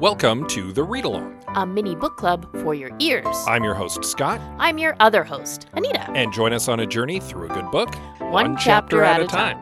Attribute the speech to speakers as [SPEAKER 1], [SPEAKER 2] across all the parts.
[SPEAKER 1] Welcome to the Read Along.
[SPEAKER 2] a mini book club for your ears.
[SPEAKER 1] I'm your host, Scott,
[SPEAKER 2] I'm your other host, Anita.
[SPEAKER 1] and join us on a journey through a good book, one,
[SPEAKER 2] chapter at a time.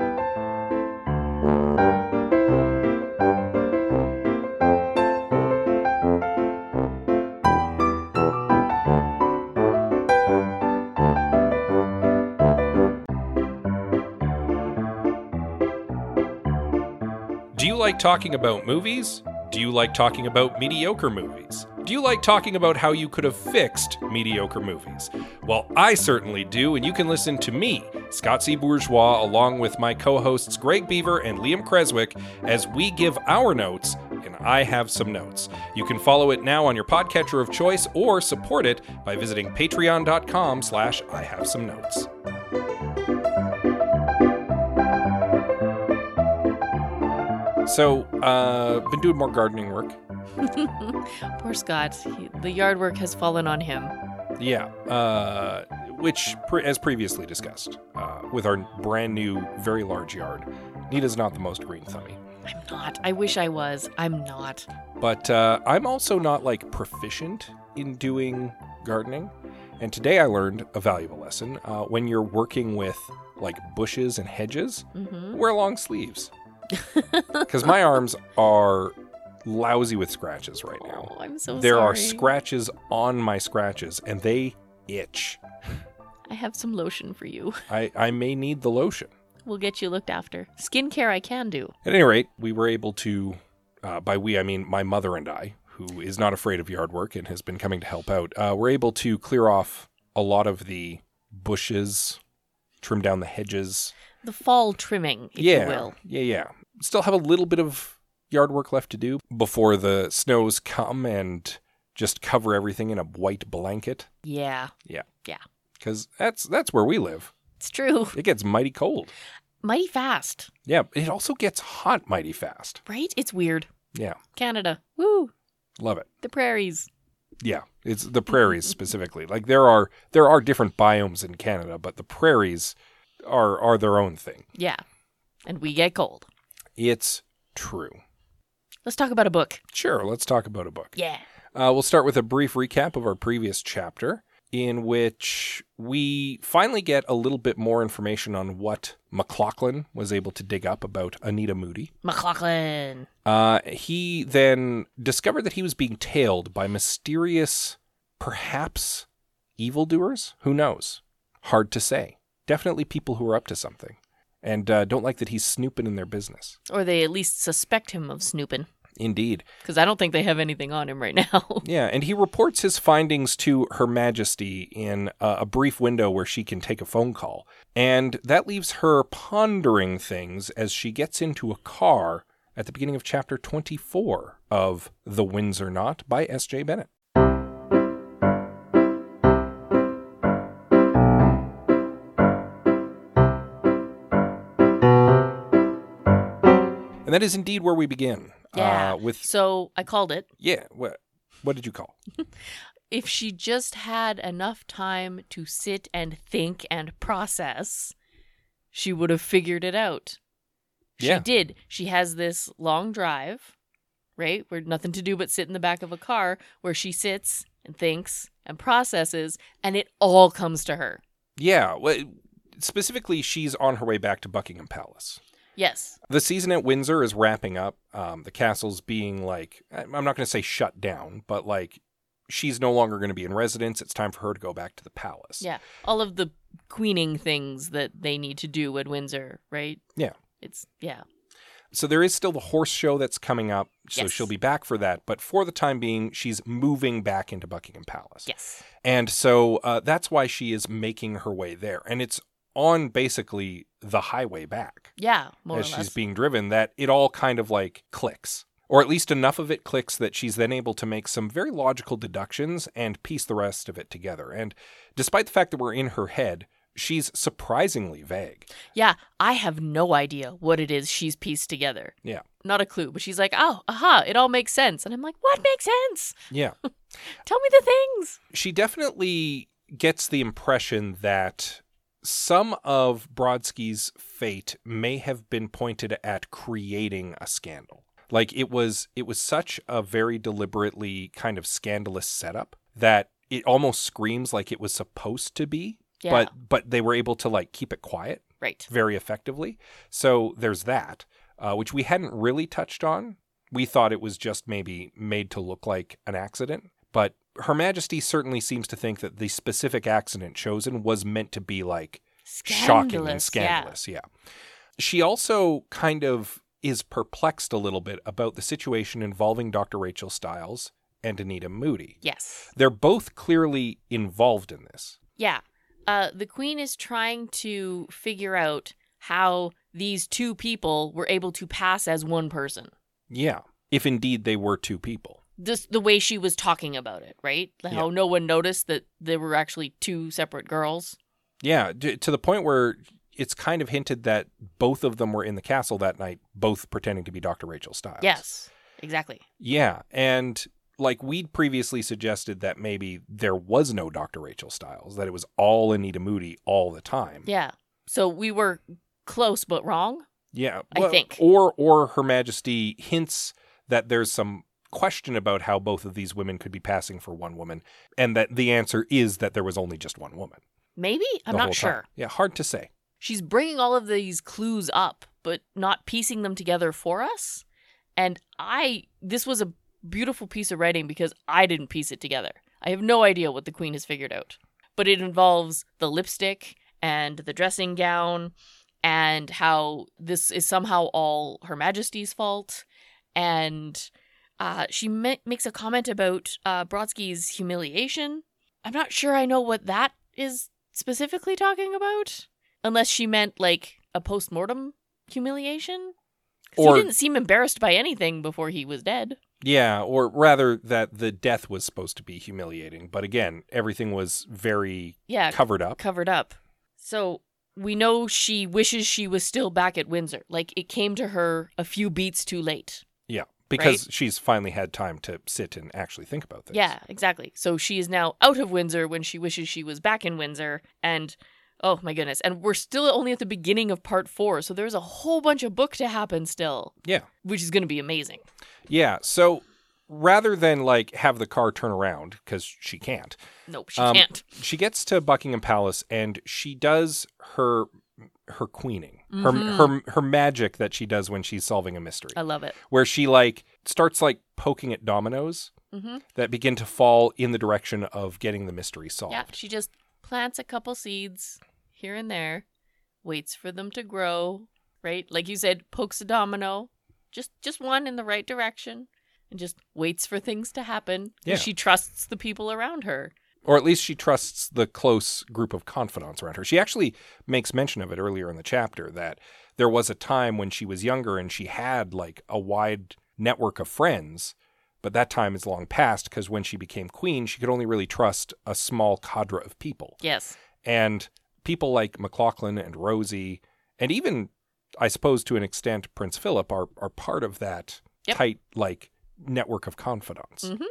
[SPEAKER 1] Do you like talking about movies? Do you like talking about mediocre movies? Do you like talking about how you could have fixed mediocre movies? Well, I certainly do, and you can listen to me, Scott C. Bourgeois, along with my co hosts Greg Beaver and Liam Creswick, as we give our notes, and I have some notes. You can follow it now on your podcatcher of choice or support it by visiting patreon.com slash I have some notes. So, uh, been doing more gardening work.
[SPEAKER 2] Poor Scott. He, the yard work has fallen on him.
[SPEAKER 1] Yeah, uh, which, pre- as previously discussed, uh, with our brand new, very large yard, Nita's not the most green thummy.
[SPEAKER 2] I'm not. I wish I was. I'm not.
[SPEAKER 1] But uh, I'm also not like proficient in doing gardening. And today I learned a valuable lesson. Uh, when you're working with like bushes and hedges,
[SPEAKER 2] hmm
[SPEAKER 1] wear long sleeves. Because my arms are lousy with scratches right now.
[SPEAKER 2] Oh, I'm so
[SPEAKER 1] there are
[SPEAKER 2] sorry.
[SPEAKER 1] scratches on my scratches and they itch.
[SPEAKER 2] I have some lotion for you.
[SPEAKER 1] I, I may need the lotion.
[SPEAKER 2] We'll get you looked after. Skincare I can do.
[SPEAKER 1] At any rate, we were able to, uh, by we, I mean my mother and I, who is not afraid of yard work and has been coming to help out, uh, were able to clear off a lot of the bushes, trim down the hedges.
[SPEAKER 2] The fall trimming, if
[SPEAKER 1] yeah.
[SPEAKER 2] you will.
[SPEAKER 1] Yeah, yeah. Still have a little bit of yard work left to do before the snows come and just cover everything in a white blanket.
[SPEAKER 2] Yeah,
[SPEAKER 1] Because that's, that's where we live.
[SPEAKER 2] it's true.
[SPEAKER 1] It gets mighty cold.
[SPEAKER 2] Mighty fast,
[SPEAKER 1] Yeah, it also gets hot mighty fast.
[SPEAKER 2] right? It's weird.
[SPEAKER 1] Yeah,
[SPEAKER 2] Canada. Woo!
[SPEAKER 1] love it.
[SPEAKER 2] The prairies.
[SPEAKER 1] Yeah, it's the prairies specifically. Like there are there are different biomes in Canada, but the prairies are are their own thing.
[SPEAKER 2] Yeah. And we get cold.
[SPEAKER 1] It's true.
[SPEAKER 2] Let's talk about a book.
[SPEAKER 1] Sure, let's talk about a book.
[SPEAKER 2] Yeah.
[SPEAKER 1] Uh, we'll start with a brief recap of our previous chapter, in which we finally get a little bit more information on what McLaughlin was able to dig up about Anita Moody.
[SPEAKER 2] McLaughlin.
[SPEAKER 1] Uh, he then discovered that he was being tailed by mysterious, perhaps evildoers. Who knows? Hard to say. Definitely people who are up to something and uh, don't like that he's snooping in their business.
[SPEAKER 2] Or they at least suspect him of snooping.
[SPEAKER 1] Indeed.
[SPEAKER 2] Because I don't think they have anything on him right now.
[SPEAKER 1] Yeah, and he reports his findings to Her Majesty in uh, a brief window where she can take a phone call. And that leaves her pondering things as she gets into a car at the beginning of chapter 24 of The Windsor Knot by S.J. Bennett. And that is indeed where we begin.
[SPEAKER 2] yeah.
[SPEAKER 1] Uh, with
[SPEAKER 2] So I called it.
[SPEAKER 1] yeah. What what did you call?
[SPEAKER 2] If she just had enough time to sit and think and process, she would have figured it out. She
[SPEAKER 1] Yeah.
[SPEAKER 2] did. She has this long drive, right? Where nothing to do but sit in the back of a car where she sits and thinks and processes, and it all comes to her.
[SPEAKER 1] Yeah. Well, specifically, she's on her way back to Buckingham Palace.
[SPEAKER 2] Yes.
[SPEAKER 1] The season at Windsor is wrapping up. Um, the castle's being like, I- I'm not going to say shut down, but like, she's no longer going to be in residence. It's time for her to go back to the palace.
[SPEAKER 2] Yeah. All of the queening things that they need to do at Windsor, right?
[SPEAKER 1] Yeah.
[SPEAKER 2] It's, yeah.
[SPEAKER 1] So there is still the horse show that's coming up. So
[SPEAKER 2] Yes.
[SPEAKER 1] she'll be back for that. But for the time being, she's moving back into Buckingham Palace.
[SPEAKER 2] Yes.
[SPEAKER 1] And so uh, that's why she is making her way there. And it's on basically the highway back.
[SPEAKER 2] Yeah, more
[SPEAKER 1] as
[SPEAKER 2] or
[SPEAKER 1] she's
[SPEAKER 2] less.
[SPEAKER 1] being driven that it all kind of like clicks or at least enough of it clicks that she's then able to make some very logical deductions and piece the rest of it together and despite the fact that we're in her head she's surprisingly vague
[SPEAKER 2] yeah, I have no idea what it is she's pieced together.
[SPEAKER 1] Yeah.
[SPEAKER 2] Not a clue, but she's like, oh, aha, it all makes sense. And I'm like, what makes sense?
[SPEAKER 1] yeah
[SPEAKER 2] Tell me the things.
[SPEAKER 1] she definitely gets the impression that some of Brodsky's fate may have been pointed at creating a scandal. Like it was it was such a very deliberately kind of scandalous setup that it almost screams like it was supposed to be.
[SPEAKER 2] Yeah.
[SPEAKER 1] But but they were able to like keep it quiet
[SPEAKER 2] right.
[SPEAKER 1] very effectively. So there's that, uh, which we hadn't really touched on. We thought it was just maybe made to look like an accident, but Her Majesty certainly seems to think that the specific accident chosen was meant to be like shocking and scandalous. Yeah. She also kind of is perplexed a little bit about the situation involving Dr. Rachel Stiles and Anita Moody.
[SPEAKER 2] Yeah. Yes.
[SPEAKER 1] They're both clearly involved in this.
[SPEAKER 2] Yeah. Uh, the queen is trying to figure out how these two people were able to pass as one person.
[SPEAKER 1] Yeah. If indeed they were two people.
[SPEAKER 2] This, the way she was talking about it, right? How no one noticed that there were actually two separate girls.
[SPEAKER 1] Yeah, d- to the point where it's kind of hinted that both of them were in the castle that night, both pretending to be Dr. Rachel Stiles.
[SPEAKER 2] Yes, exactly.
[SPEAKER 1] Yeah, and like we'd previously suggested that maybe there was no Dr. Rachel Stiles, that it was all Anita Moody all the time.
[SPEAKER 2] Yeah. So we were close but wrong.
[SPEAKER 1] Yeah,
[SPEAKER 2] I think.
[SPEAKER 1] Or or Her Majesty hints that there's some question about how both of these women could be passing for one woman, and that the answer is that there was only just one woman.
[SPEAKER 2] Maybe? I'm
[SPEAKER 1] the whole
[SPEAKER 2] not
[SPEAKER 1] time.
[SPEAKER 2] sure.
[SPEAKER 1] Yeah, hard to say.
[SPEAKER 2] She's bringing all of these clues up, but not piecing them together for us. And I, this was a beautiful piece of writing because I didn't piece it together. I have no idea what the queen has figured out, but it involves the lipstick and the dressing gown and how this is somehow all Her Majesty's fault. And uh, she ma- makes a comment about uh, Brodsky's humiliation. I'm not sure I know what that is specifically talking about unless she meant like a post-mortem humiliation 'Cause
[SPEAKER 1] Or-
[SPEAKER 2] he didn't seem embarrassed by anything before he was dead
[SPEAKER 1] Yeah, or rather that the death was supposed to be humiliating, but again, everything was very
[SPEAKER 2] yeah
[SPEAKER 1] covered up.
[SPEAKER 2] covered up so we know she wishes she was still back at windsor like it came to her a few beats too late
[SPEAKER 1] Yeah, because she's finally had time to sit and actually think about this.
[SPEAKER 2] yeah exactly so she is now out of windsor when she wishes she was back in windsor and oh my goodness and we're still only at the beginning of part four so there's a whole bunch of book to happen still
[SPEAKER 1] Yeah.
[SPEAKER 2] which is going to be amazing
[SPEAKER 1] Yeah, so rather than like have the car turn around because she can't,
[SPEAKER 2] nope she
[SPEAKER 1] Um,
[SPEAKER 2] can't
[SPEAKER 1] she gets to Buckingham Palace and she does her her queening, her her
[SPEAKER 2] Mm-hmm.
[SPEAKER 1] her magic that she does when she's solving a mystery.
[SPEAKER 2] i love it
[SPEAKER 1] where she like starts like poking at dominoes
[SPEAKER 2] Mhm.
[SPEAKER 1] that begin to fall in the direction of getting the mystery solved.
[SPEAKER 2] Yeah, she just plants a couple seeds here and there, waits for them to grow, right? Like you said, pokes a domino, just just one in the right direction, and just waits for things to happen. And
[SPEAKER 1] Yeah.
[SPEAKER 2] She trusts the people around her.
[SPEAKER 1] Or at least she trusts the close group of confidants around her. She actually makes mention of it earlier in the chapter that there was a time when she was younger and she had like a wide network of friends, but that time is long past because when she became queen, she could only really trust a small cadre of people.
[SPEAKER 2] Yes.
[SPEAKER 1] And people like McLaughlin and Rosie, and even, I suppose, to an extent, Prince Philip are, are part of that
[SPEAKER 2] Yep.
[SPEAKER 1] tight, like, network of confidants.
[SPEAKER 2] Mhm.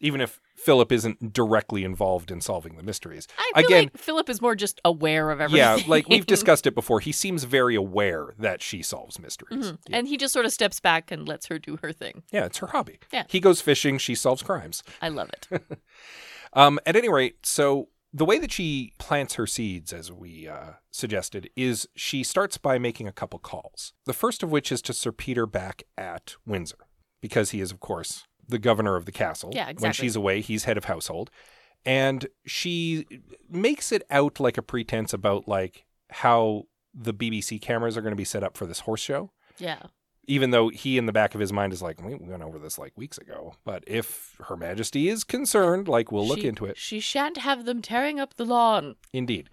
[SPEAKER 1] Even if Philip isn't directly involved in solving the mysteries.
[SPEAKER 2] I feel
[SPEAKER 1] Again-
[SPEAKER 2] like Philip is more just aware of everything.
[SPEAKER 1] Yeah, like we've discussed it before. He seems very aware that she solves mysteries.
[SPEAKER 2] Mhm.
[SPEAKER 1] Yeah.
[SPEAKER 2] And he just sort of steps back and lets her do her thing.
[SPEAKER 1] yeah, it's her hobby.
[SPEAKER 2] Yeah.
[SPEAKER 1] He goes fishing, she solves crimes.
[SPEAKER 2] I love it.
[SPEAKER 1] Um, at any rate, so the way that she plants her seeds, as we uh, suggested, is she starts by making a couple calls. The first of which is to Sir Peter back at Windsor, because he is, of course, the governor of the castle.
[SPEAKER 2] Yeah,
[SPEAKER 1] When
[SPEAKER 2] exactly.
[SPEAKER 1] she's away, he's head of household. And she makes it out like a pretense about like how the BBC cameras are going to be set up for this horse show
[SPEAKER 2] yeah.
[SPEAKER 1] even though he in the back of his mind is like, we went over this like weeks ago, but if Her Majesty is concerned, like we'll look
[SPEAKER 2] She-
[SPEAKER 1] into it.
[SPEAKER 2] She shan't have them tearing up the lawn.
[SPEAKER 1] Indeed.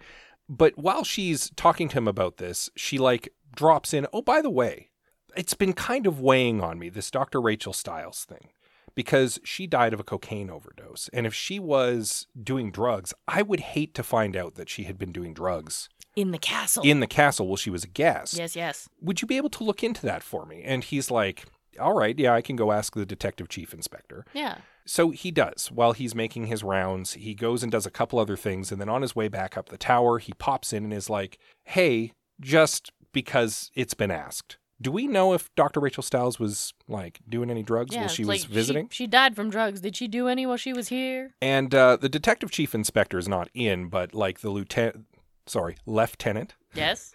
[SPEAKER 1] But while she's talking to him about this, she like drops in, oh, by the way, it's been kind of weighing on me, this Dr. Rachel Stiles thing, because she died of a cocaine overdose. And if she was doing drugs, I would hate to find out that she had been doing drugs
[SPEAKER 2] In the castle.
[SPEAKER 1] in the castle while she was a guest.
[SPEAKER 2] yes, yes.
[SPEAKER 1] would you be able to look into that for me? And he's like, all right, yeah, I can go ask the detective chief inspector.
[SPEAKER 2] Yeah.
[SPEAKER 1] So he does. While he's making his rounds, he goes and does a couple other things. And then on his way back up the tower, he pops in and is like, hey, just because it's been asked, Do we know if Dr. Rachel Stiles was like doing any drugs while she
[SPEAKER 2] it's
[SPEAKER 1] was
[SPEAKER 2] like,
[SPEAKER 1] visiting?
[SPEAKER 2] She, died from drugs. Did she do any while she was here?
[SPEAKER 1] And uh, the detective chief inspector is not in, but like the lieutenant, sorry, lieutenant
[SPEAKER 2] Yes.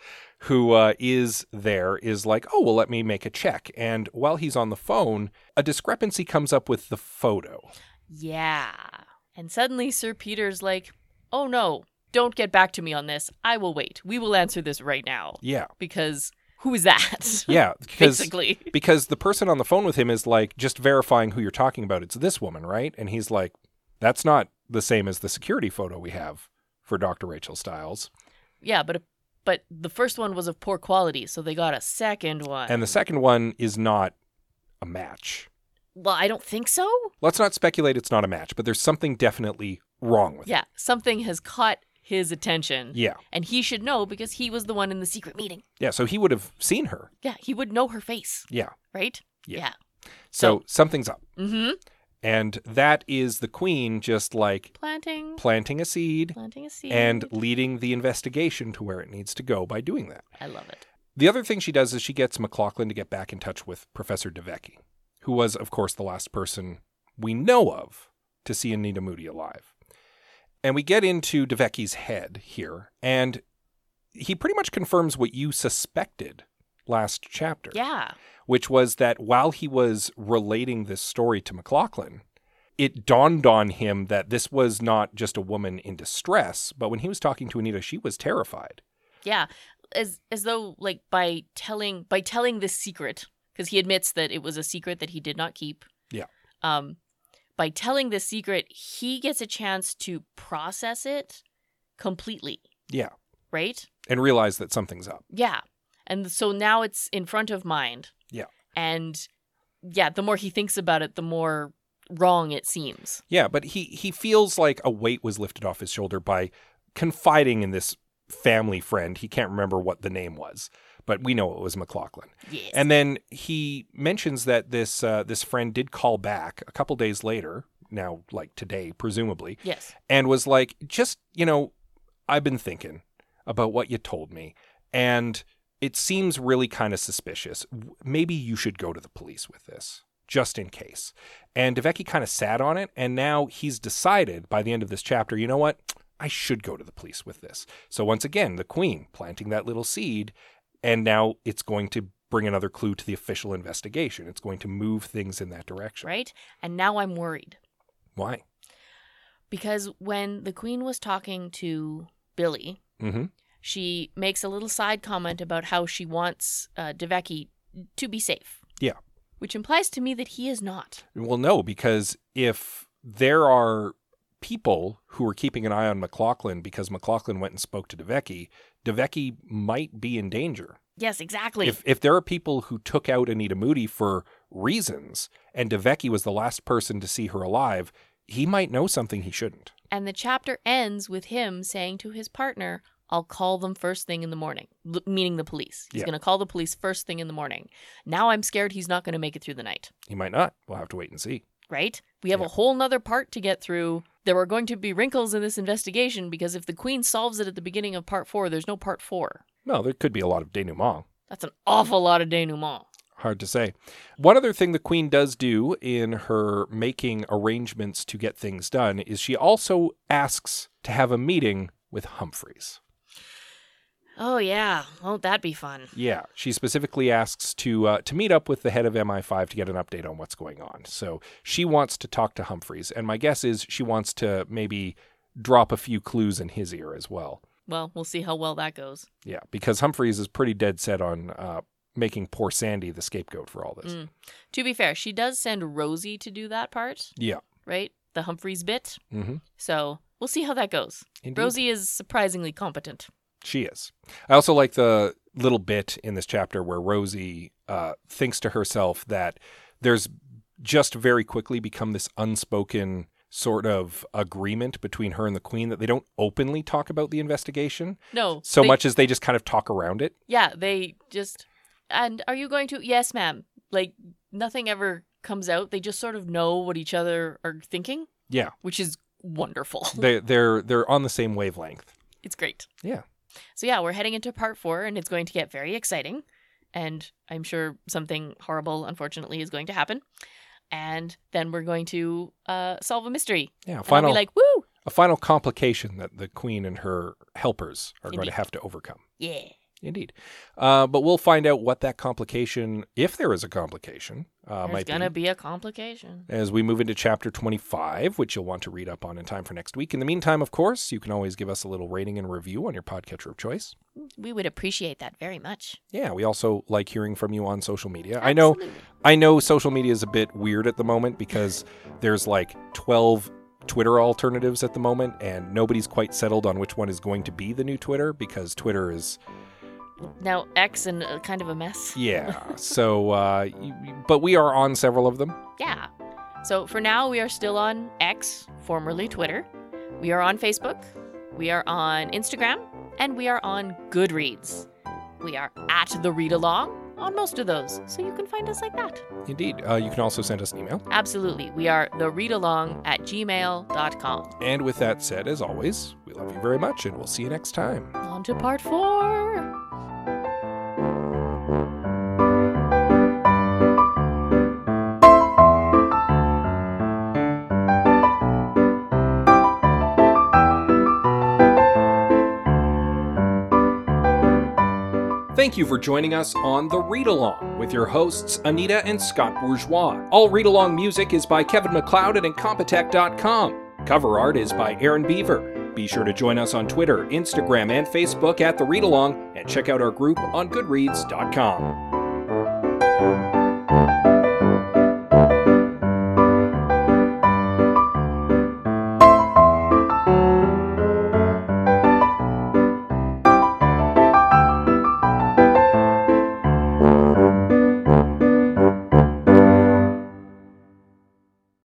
[SPEAKER 1] who uh, is there is like, oh, well, let me make a check. And while he's on the phone, a discrepancy comes up with the photo.
[SPEAKER 2] yeah. And suddenly Sir Peter's like, oh no, don't get back to me on this. I will wait. We will answer this right now.
[SPEAKER 1] Yeah.
[SPEAKER 2] Because who is that?
[SPEAKER 1] Yeah. Because.
[SPEAKER 2] Basically.
[SPEAKER 1] Because the person on the phone with him is like just verifying who you're talking about. It's this woman, right? And he's like, that's not the same as the security photo we have for Dr. Rachel Stiles.
[SPEAKER 2] Yeah, but but the first one was of poor quality, so they got a second one.
[SPEAKER 1] And the second one is not a match.
[SPEAKER 2] well, I don't think so.
[SPEAKER 1] Let's not speculate it's not a match, but there's something definitely wrong with
[SPEAKER 2] Yeah, something has caught his attention,
[SPEAKER 1] it. Yeah.
[SPEAKER 2] and he should know because he was the one in the secret meeting.
[SPEAKER 1] Yeah. So he would have seen her.
[SPEAKER 2] Yeah, he would know her face,
[SPEAKER 1] Yeah.
[SPEAKER 2] right?
[SPEAKER 1] Yeah. So, something's up.
[SPEAKER 2] Mm-hmm.
[SPEAKER 1] And that is the queen just like
[SPEAKER 2] Planting,
[SPEAKER 1] planting a seed
[SPEAKER 2] planting a seed.
[SPEAKER 1] and leading the investigation to where it needs to go by doing that.
[SPEAKER 2] I love it.
[SPEAKER 1] The other thing she does is she gets McLaughlin to get back in touch with Professor DeVecchi, who was, of course, the last person we know of to see Anita Moody alive. And we get into DeVecchi's head here, and he pretty much confirms what you suspected last chapter,
[SPEAKER 2] Yeah,
[SPEAKER 1] which was that while he was relating this story to McLaughlin, it dawned on him that this was not just a woman in distress, but when he was talking to Anita, she was terrified.
[SPEAKER 2] yeah. As as though like by telling by telling this secret because he admits that it was a secret that he did not keep.
[SPEAKER 1] Yeah.
[SPEAKER 2] Um, by telling this secret, he gets a chance to process it completely.
[SPEAKER 1] Yeah.
[SPEAKER 2] Right.
[SPEAKER 1] And realized that something's up.
[SPEAKER 2] Yeah. And so now it's in front of mind.
[SPEAKER 1] Yeah.
[SPEAKER 2] And yeah, the more he thinks about it, the more wrong it seems.
[SPEAKER 1] Yeah, but he he feels like a weight was lifted off his shoulder by confiding in this family friend. He can't remember what the name was, but we know it was McLaughlin.
[SPEAKER 2] Yes.
[SPEAKER 1] And then he mentions that this uh, this friend did call back a couple days later, now like today presumably,
[SPEAKER 2] yes.
[SPEAKER 1] and was like, just, you know, I've been thinking about what you told me, and it seems really kind of suspicious. W- Maybe you should go to the police with this, just in case. And DeVecchi kind of sat on it, and now he's decided by the end of this chapter, you know what? I should go to the police with this. So once again, the queen planting that little seed, and now it's going to bring another clue to the official investigation. It's going to move things in that direction.
[SPEAKER 2] Right. And now I'm worried
[SPEAKER 1] Why?
[SPEAKER 2] because when the queen was talking to Billy,
[SPEAKER 1] hmm
[SPEAKER 2] she makes a little side comment about how she wants uh, Devecki to be safe.
[SPEAKER 1] Yeah.
[SPEAKER 2] Which implies to me that he is not.
[SPEAKER 1] Well, no, because if there are people who are keeping an eye on McLaughlin because McLaughlin went and spoke to DeVecchi, DeVecchi might be in danger.
[SPEAKER 2] Yes, exactly.
[SPEAKER 1] If, if there are people who took out Anita Moody for reasons and DeVecchi was the last person to see her alive, he might know something he shouldn't.
[SPEAKER 2] And the chapter ends with him saying to his partner, I'll call them first thing in the morning, l- meaning the police. He's
[SPEAKER 1] Yeah.
[SPEAKER 2] going to call the police first thing in the morning. Now I'm scared he's not going to make it through the night,
[SPEAKER 1] He might not. We'll have to wait and see.
[SPEAKER 2] right? We have
[SPEAKER 1] Yeah.
[SPEAKER 2] a whole nother part to get through. There are going to be wrinkles in this investigation because if the queen solves it at the beginning of part four, there's no part four.
[SPEAKER 1] No, there could be a lot of denouement.
[SPEAKER 2] That's an awful lot of denouement.
[SPEAKER 1] Hard to say. One other thing the Queen does do in her making arrangements to get things done is she also asks to have a meeting with Humphreys.
[SPEAKER 2] Oh, yeah. Won't that be fun?
[SPEAKER 1] Yeah, she specifically asks to uh, to meet up with the head of MI5 to get an update on what's going on. So she wants to talk to Humphreys, and my guess is she wants to maybe drop a few clues in his ear as well.
[SPEAKER 2] Well, we'll see how well that goes.
[SPEAKER 1] Yeah, because Humphreys is pretty dead set on uh, making poor Sandy the scapegoat for all this.
[SPEAKER 2] Mm. To be fair, she does send Rosie to do that part,
[SPEAKER 1] Yeah.
[SPEAKER 2] right? The Humphreys bit.
[SPEAKER 1] Mm-hmm.
[SPEAKER 2] So we'll see how that goes. Rosie is surprisingly competent.
[SPEAKER 1] She is. I also like the little bit in this chapter where Rosie uh, thinks to herself that there's just very quickly become this unspoken sort of agreement between her and the queen that they don't openly talk about the investigation
[SPEAKER 2] No.
[SPEAKER 1] so
[SPEAKER 2] they-
[SPEAKER 1] much as they just kind of talk around it.
[SPEAKER 2] Yeah, they just. And are you going to? Yes, ma'am. Like nothing ever comes out. They just sort of know what each other are thinking,
[SPEAKER 1] Yeah,
[SPEAKER 2] which is wonderful.
[SPEAKER 1] they they're they're on the same wavelength.
[SPEAKER 2] it's great.
[SPEAKER 1] Yeah.
[SPEAKER 2] So yeah, we're heading into part four, and it's going to get very exciting. and I'm sure something horrible, unfortunately, is going to happen. And then we're going to uh, solve a mystery.
[SPEAKER 1] Yeah,
[SPEAKER 2] And I'll
[SPEAKER 1] final
[SPEAKER 2] be like, woo,
[SPEAKER 1] a final complication that the queen and her helpers are going to
[SPEAKER 2] Indeed.
[SPEAKER 1] have to overcome.
[SPEAKER 2] yeah.
[SPEAKER 1] Indeed, uh, but we'll find out what that complication, if there is a complication, uh,
[SPEAKER 2] There's
[SPEAKER 1] might be.
[SPEAKER 2] gonna be. a complication.
[SPEAKER 1] as we move into chapter 25, which you'll want to read up on in time for next week. In the meantime, of course, you can always give us a little rating and review on your podcatcher of choice.
[SPEAKER 2] We would appreciate that very much.
[SPEAKER 1] Yeah, we also like hearing from you on social media. I know
[SPEAKER 2] Absolutely.
[SPEAKER 1] I know social media is a bit weird at the moment because there's like 12 Twitter alternatives at the moment and nobody's quite settled on which one is going to be the new Twitter because Twitter is
[SPEAKER 2] Now X and uh, kind of a mess.
[SPEAKER 1] yeah. so uh y- y- but we are on several of them.
[SPEAKER 2] Yeah. So for now, we are still on X, formerly Twitter. We are on Facebook. We are on Instagram. And we are on Goodreads. We are at the read along on most of those. So you can find us like that.
[SPEAKER 1] Indeed. Uh, you can also send us an email.
[SPEAKER 2] Absolutely. We are the read along at gmail.com.
[SPEAKER 1] And with that said, as always, we love you very much and we'll see you next time.
[SPEAKER 2] On to part four.
[SPEAKER 1] Thank you for joining us on The Read Along with your hosts, Anita and Scott Bourgeois. All read along music is by Kevin McLeod at Incompetech.com. Cover art is by Aaron Beaver. Be sure to join us on Twitter, Instagram, and Facebook at The Read Along and check out our group on Goodreads.com.